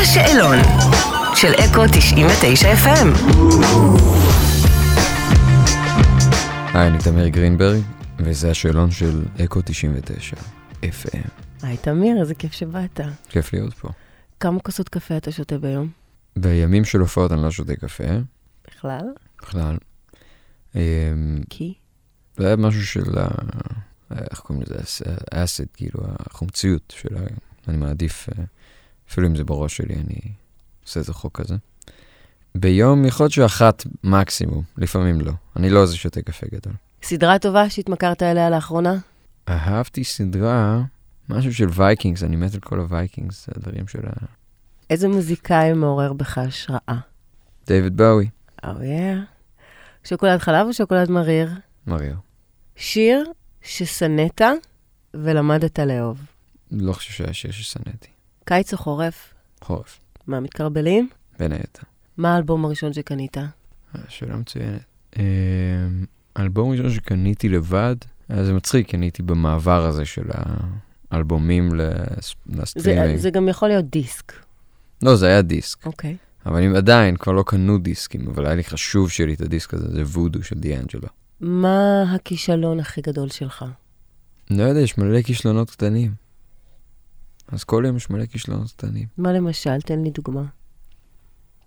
השאלון של אקו 99 FM. היי, אני תמיר גרינברג, וזה השאלון של אקו 99 FM. היי, תמיר, איזה כיף שבאת. כיף להיות פה. כמה כוסות קפה אתה שותה ביום? בימים של הופעות אני לא שותה קפה, בכלל? בכלל. אמ, כי? זה היה משהו של ה... איך קוראים לזה? הס- האסד, כאילו, החומציות של ה... אני מעדיף, אה, אפילו אם זה בראש שלי, אני עושה איזה חוק כזה. ביום יכול להיות שאחת מקסימום, לפעמים לא. אני לא איזה שותה קפה גדול. סדרה טובה שהתמכרת אליה לאחרונה? אהבתי סדרה, משהו של וייקינגס, אני מת על כל הווייקינגס, הדברים של ה... איזה מוזיקאי מעורר בך השראה? דייוויד באווי, אוי, שוקולד חלב או שוקולד מריר? מריו. שיר ששנאת ולמדת לאהוב. לא חושב שהיה שיר ששנאתי. קיץ או חורף? חורף, מה, מתקרבלים? בין היתר. מה האלבום הראשון שקנית? אה, שאלה מצוינת. אמ, אלבום ראשון שקניתי לבד, אה, זה מצחיק, קניתי במעבר הזה של האלבומים לס- זה, לסטרימינג. זה גם יכול להיות דיסק. לא, זה היה דיסק. אוקיי. אבל אני עדיין, כבר לא קנו דיסקים, אבל היה לי חשוב שיהיה לי את הדיסק הזה, זה וודו של דיאנג'לו. מה הכישלון הכי גדול שלך? לא יודע, יש מלא כישלונות קטנים. אז כל יום יש מלא כישלונות קטנים. מה למשל? תן לי דוגמה.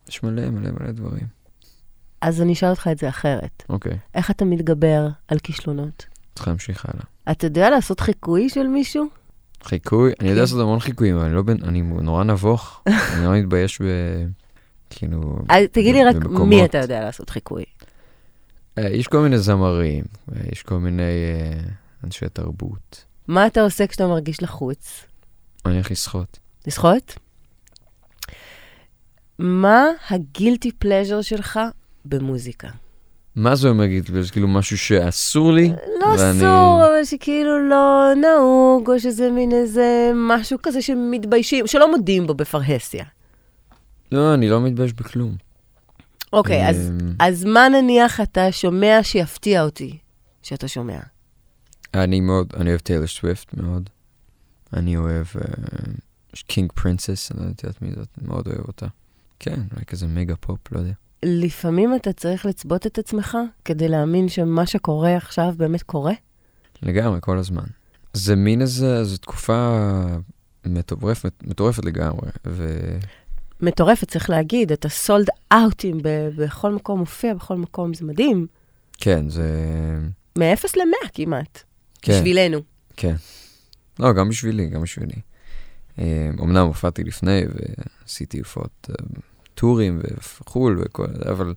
יש מלא מלא מלא דברים. אז אני אשאל אותך את זה אחרת. אוקיי, איך אתה מתגבר על כישלונות? צריך להמשיך הלאה. אתה יודע לעשות חיקוי של מישהו? חיקוי, אני כן. יודע לעשות המון חיקויים, אבל אני לא בן, אני נורא נבוך, אני נורא מתבייש ב... כאילו... אז אה, תגיד לי רק במקומות. מי אתה יודע לעשות חיקוי. אה, יש כל מיני זמרים, אה, יש כל מיני אה, אנשי תרבות. מה אתה עושה כשאתה מרגיש לחוץ? אני הולך לשחות. לשחות? מה הגילטי פלז'ר שלך במוזיקה? מה זה אומר גיטל? זה כאילו משהו שאסור לי? לא ואני- אסור, אבל שכאילו לא נהוג, או שזה מין איזה משהו כזה שמתביישים, שלא מודים בו בפרהסיה. לא, אני לא מתבייש בכלום. אוקיי, אז- אמ, אז מה נניח אתה שומע שיפתיע אותי שאתה שומע? אני מאוד, אני אוהב טיילר סוויפט מאוד. אני אוהב אה, קינג פרינסס, אני לא יודעת מי זאת, אני מאוד אוהב אותה. כן, אולי כזה מגה פופ, לא יודע. לפעמים אתה צריך לצבות את עצמך כדי להאמין שמה שקורה עכשיו באמת קורה? לגמרי, כל הזמן. זה מין איזה, זו תקופה מטורפת, מטורפת לגמרי, ו... מטורפת, צריך להגיד, אתה סולד אאוטים בכל מקום, מופיע בכל מקום, זה מדהים. כן, זה... מ-0 ל-100 כמעט, כן. בשבילנו. לא, גם בשבילי, גם בשבילי. אה, אמנם הופעתי לפני ועשיתי הופעות אה, טורים וחו"ל וכל זה, אבל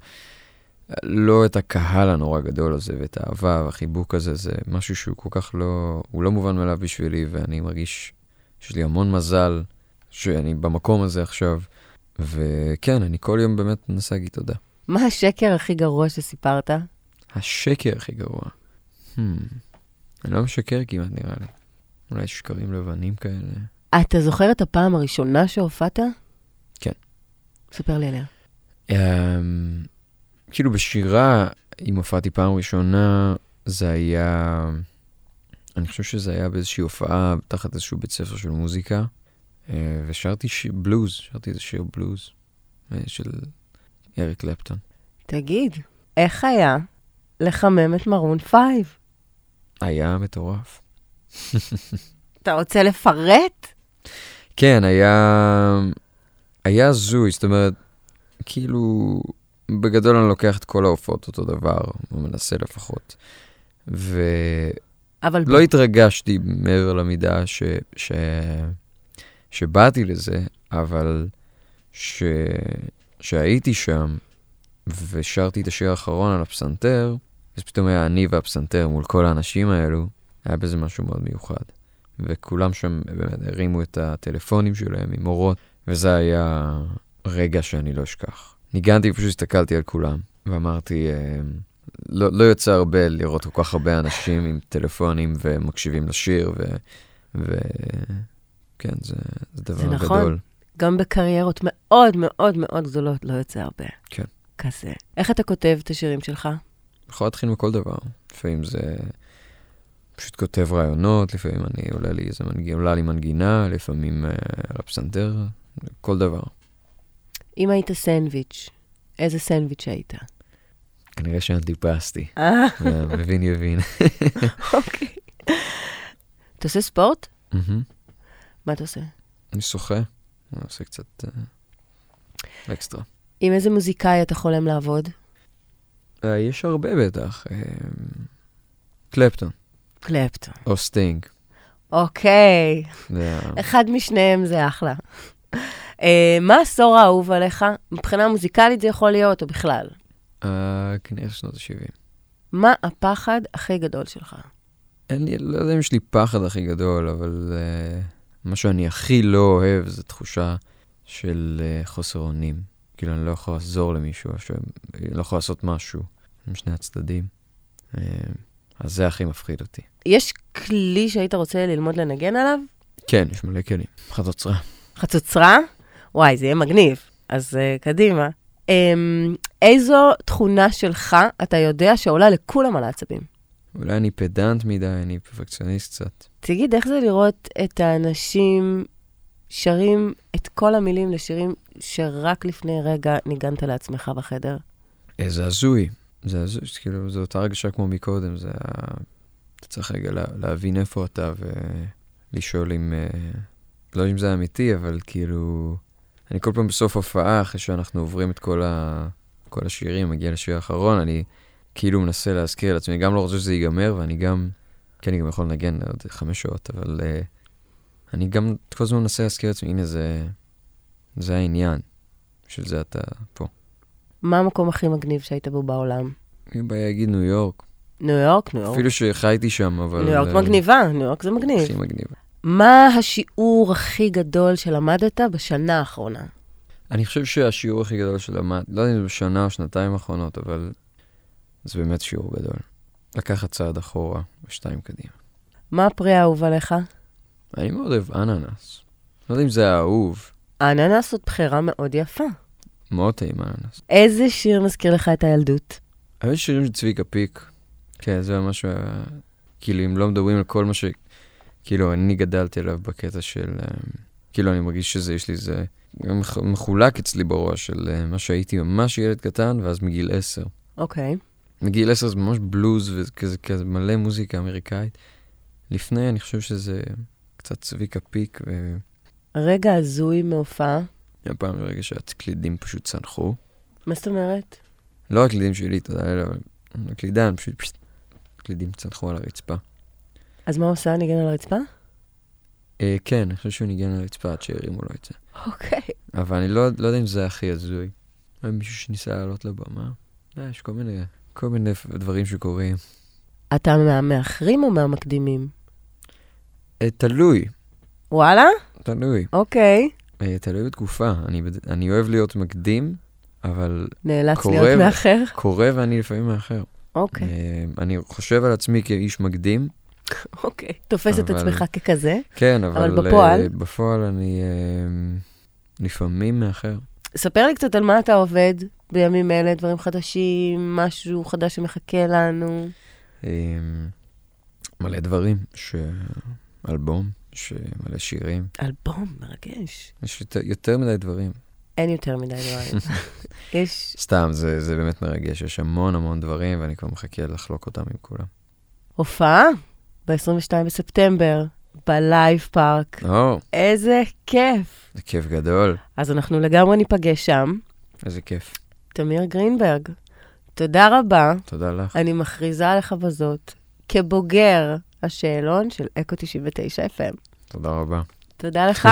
לא את הקהל הנורא גדול הזה ואת האהבה והחיבוק הזה, זה משהו שהוא כל כך לא, הוא לא מובן מאליו בשבילי, ואני מרגיש שיש לי המון מזל שאני במקום הזה עכשיו, וכן, אני כל יום באמת מנסה להגיד תודה. מה השקר הכי גרוע שסיפרת? השקר הכי גרוע. Hmm. אני לא משקר כמעט נראה לי. אולי שקרים לבנים כאלה. אתה זוכר את הפעם הראשונה שהופעת? כן. ספר לי עליה. אמ, כאילו בשירה, אם הופעתי פעם ראשונה, זה היה... אני חושב שזה היה באיזושהי הופעה תחת איזשהו בית ספר של מוזיקה, אה, ושרתי שיר בלוז, שרתי איזה שיר בלוז אה, של אריק קלפטון. תגיד, איך היה לחמם את מרון פייב? היה מטורף. אתה רוצה לפרט? כן, היה... היה הזוי, זאת אומרת, כאילו, בגדול אני לוקח את כל ההופעות אותו דבר, או מנסה לפחות. ו... אבל לא התרגשתי מעבר למידה ש... ש... שבאתי לזה, אבל ש... שהייתי שם ושרתי את השיר האחרון על הפסנתר, אז פתאום היה אני והפסנתר מול כל האנשים האלו, היה בזה משהו מאוד מיוחד. וכולם שם באמת הרימו את הטלפונים שלהם עם אורות, וזה היה רגע שאני לא אשכח. ניגנתי ופשוט הסתכלתי על כולם, ואמרתי, אה, לא, לא יוצא הרבה לראות כל כך הרבה אנשים עם טלפונים ומקשיבים לשיר, ו... ו... כן, זה, זה דבר זה גדול. נכון. גם בקריירות מאוד מאוד מאוד גדולות לא יוצא הרבה. כן. כזה. איך אתה כותב את השירים שלך? יכול להתחיל מכל דבר. לפעמים זה... פשוט כותב רעיונות, לפעמים אני עולה לי איזה מנגינה, עולה לי מנגינה, לפעמים אה, על הפסנתר, כל דבר. אם היית סנדוויץ', איזה סנדוויץ' היית? כנראה שאנטיפסתי. אה, אה, מבין יבין. אוקיי. אתה עושה ספורט? מהמם. מה אתה עושה? אני שוחה, אני עושה קצת אה, אקסטרה. עם איזה מוזיקאי אתה חולם לעבוד? אה, יש הרבה בטח. אה, קלפטון, קלפטון. או סטינג. אוקיי, זה ה- אחד משניהם זה אחלה. אה, מה העשור האהוב עליך? מבחינה מוזיקלית זה יכול להיות, או בכלל. אה, כנראה שנות ה-70. מה הפחד הכי גדול שלך? אין לי, לא יודע אם יש לי פחד הכי גדול, אבל אה, מה שאני הכי לא אוהב זה תחושה של אה, חוסר אונים. כאילו, אני לא יכול לעזור למישהו, או שאני לא יכול לעשות משהו עם שני הצדדים. אה, אז זה הכי מפחיד אותי. יש כלי שהיית רוצה ללמוד לנגן עליו? כן. כן, יש מלא כלים. חצוצרה. חצוצרה? וואי, זה יהיה מגניב. אז uh, קדימה. Um, איזו תכונה שלך אתה יודע שעולה לכולם על העצבים? אולי אני פדנט מדי, אני פרפקציוניסט קצת. תגיד, איך זה לראות את האנשים שרים את כל המילים לשירים שרק לפני רגע ניגנת לעצמך בחדר? אה, זה הזוי. זה הזוי, זה כאילו, זו אותה רגשה כמו מקודם, זה ה... אתה צריך רגע לה, להבין איפה אתה ולשאול אם... אה, לא אם זה אמיתי, אבל כאילו... אני כל פעם בסוף הופעה, אחרי שאנחנו עוברים את כל, ה... כל השירים, מגיע לשיר האחרון, אני כאילו מנסה להזכיר לעצמי, אני גם לא רוצה שזה ייגמר, ואני גם... כן, אני גם יכול לנגן עוד חמש שעות, אבל... אה, אני גם כל הזמן מנסה להזכיר לעצמי, הנה, זה... זה העניין. בשביל זה אתה פה. מה המקום הכי מגניב שהיית בו בעולם? אם בא להגיד ניו יורק, ניו יורק, ניו יורק. אפילו שחייתי שם, אבל... ניו יורק אה, מגניבה, ניו יורק זה מגניב. הכי מגניב. מה השיעור הכי גדול שלמדת בשנה האחרונה? אני חושב שהשיעור הכי גדול שלמד, לא יודע אם זה בשנה או שנתיים האחרונות, אבל זה באמת שיעור גדול. לקחת צעד אחורה ושתיים קדימה. מה הפרי האהוב עליך? אני מאוד אוהב אננס. לא יודע אם זה האהוב, אננס זאת בחירה מאוד יפה. מאוד טעים אננס. איזה שיר מזכיר לך את הילדות? אבל יש שירים של צביקה פיק. כן, זה ממש... ה- כאילו, אם לא מדברים על כל מה ש... כאילו, אני גדלתי עליו בקטע של... אה, כאילו, אני מרגיש שזה, יש לי איזה... מח- מחולק אצלי בראש של אה, מה שהייתי ממש ילד קטן, ואז מגיל עשר. אוקיי. מגיל עשר זה ממש בלוז וכזה כזה מלא מוזיקה אמריקאית. לפני, אני חושב שזה קצת צביקה פיק, רגע הזוי מהופעה. והפעם ברגע שהקלידים פשוט צנחו. מה זאת אומרת? לא הקלידים שלי, תודה לאל, אבל הקלידן, פשוט פשוט... הקלידים צנחו על הרצפה. אז מה הוא עושה? ניגן על הרצפה? אה, כן, אני חושב שהוא ניגן על הרצפה עד שהרימו לו את זה. אוקיי. אבל אני לא, לא יודע אם זה הכי הזוי. היה מישהו שניסה לעלות לבמה? אה, יש כל מיני, כל מיני דברים שקורים. אתה מהמאחרים או מהמקדימים? אה, תלוי, וואלה? תלוי. אוקיי. אה, תלוי בתקופה. אני, בד- אני אוהב להיות מקדים, אבל נאלץ קורה להיות ו- מאחר. קורה ואני לפעמים מאחר. אוקיי. אה, אני חושב על עצמי כאיש מקדים, אוקיי. תופס את אבל- עצמך ככזה? כן, אבל... אבל בפועל? אה, בפועל אני אה, לפעמים מאחר. ספר לי קצת על מה אתה עובד בימים אלה, דברים חדשים, משהו חדש שמחכה לנו. אה, מלא דברים, ש... אלבום, ש... מלא שירים. אלבום מרגש. יש יותר, יותר מדי דברים. אין יותר מדי דברים. יש... סתם, זה, זה באמת מרגש, יש המון המון דברים, ואני כבר מחכה לחלוק אותם עם כולם. הופעה ב-22 בספטמבר, בלייב פארק. או, איזה כיף. זה כיף גדול, אז אנחנו לגמרי ניפגש שם. איזה כיף. תמיר גרינברג, תודה רבה. תודה לך. אני מכריזה עליך בזאת כבוגר השאלון של אקו 99 FM. תודה רבה. תודה לך.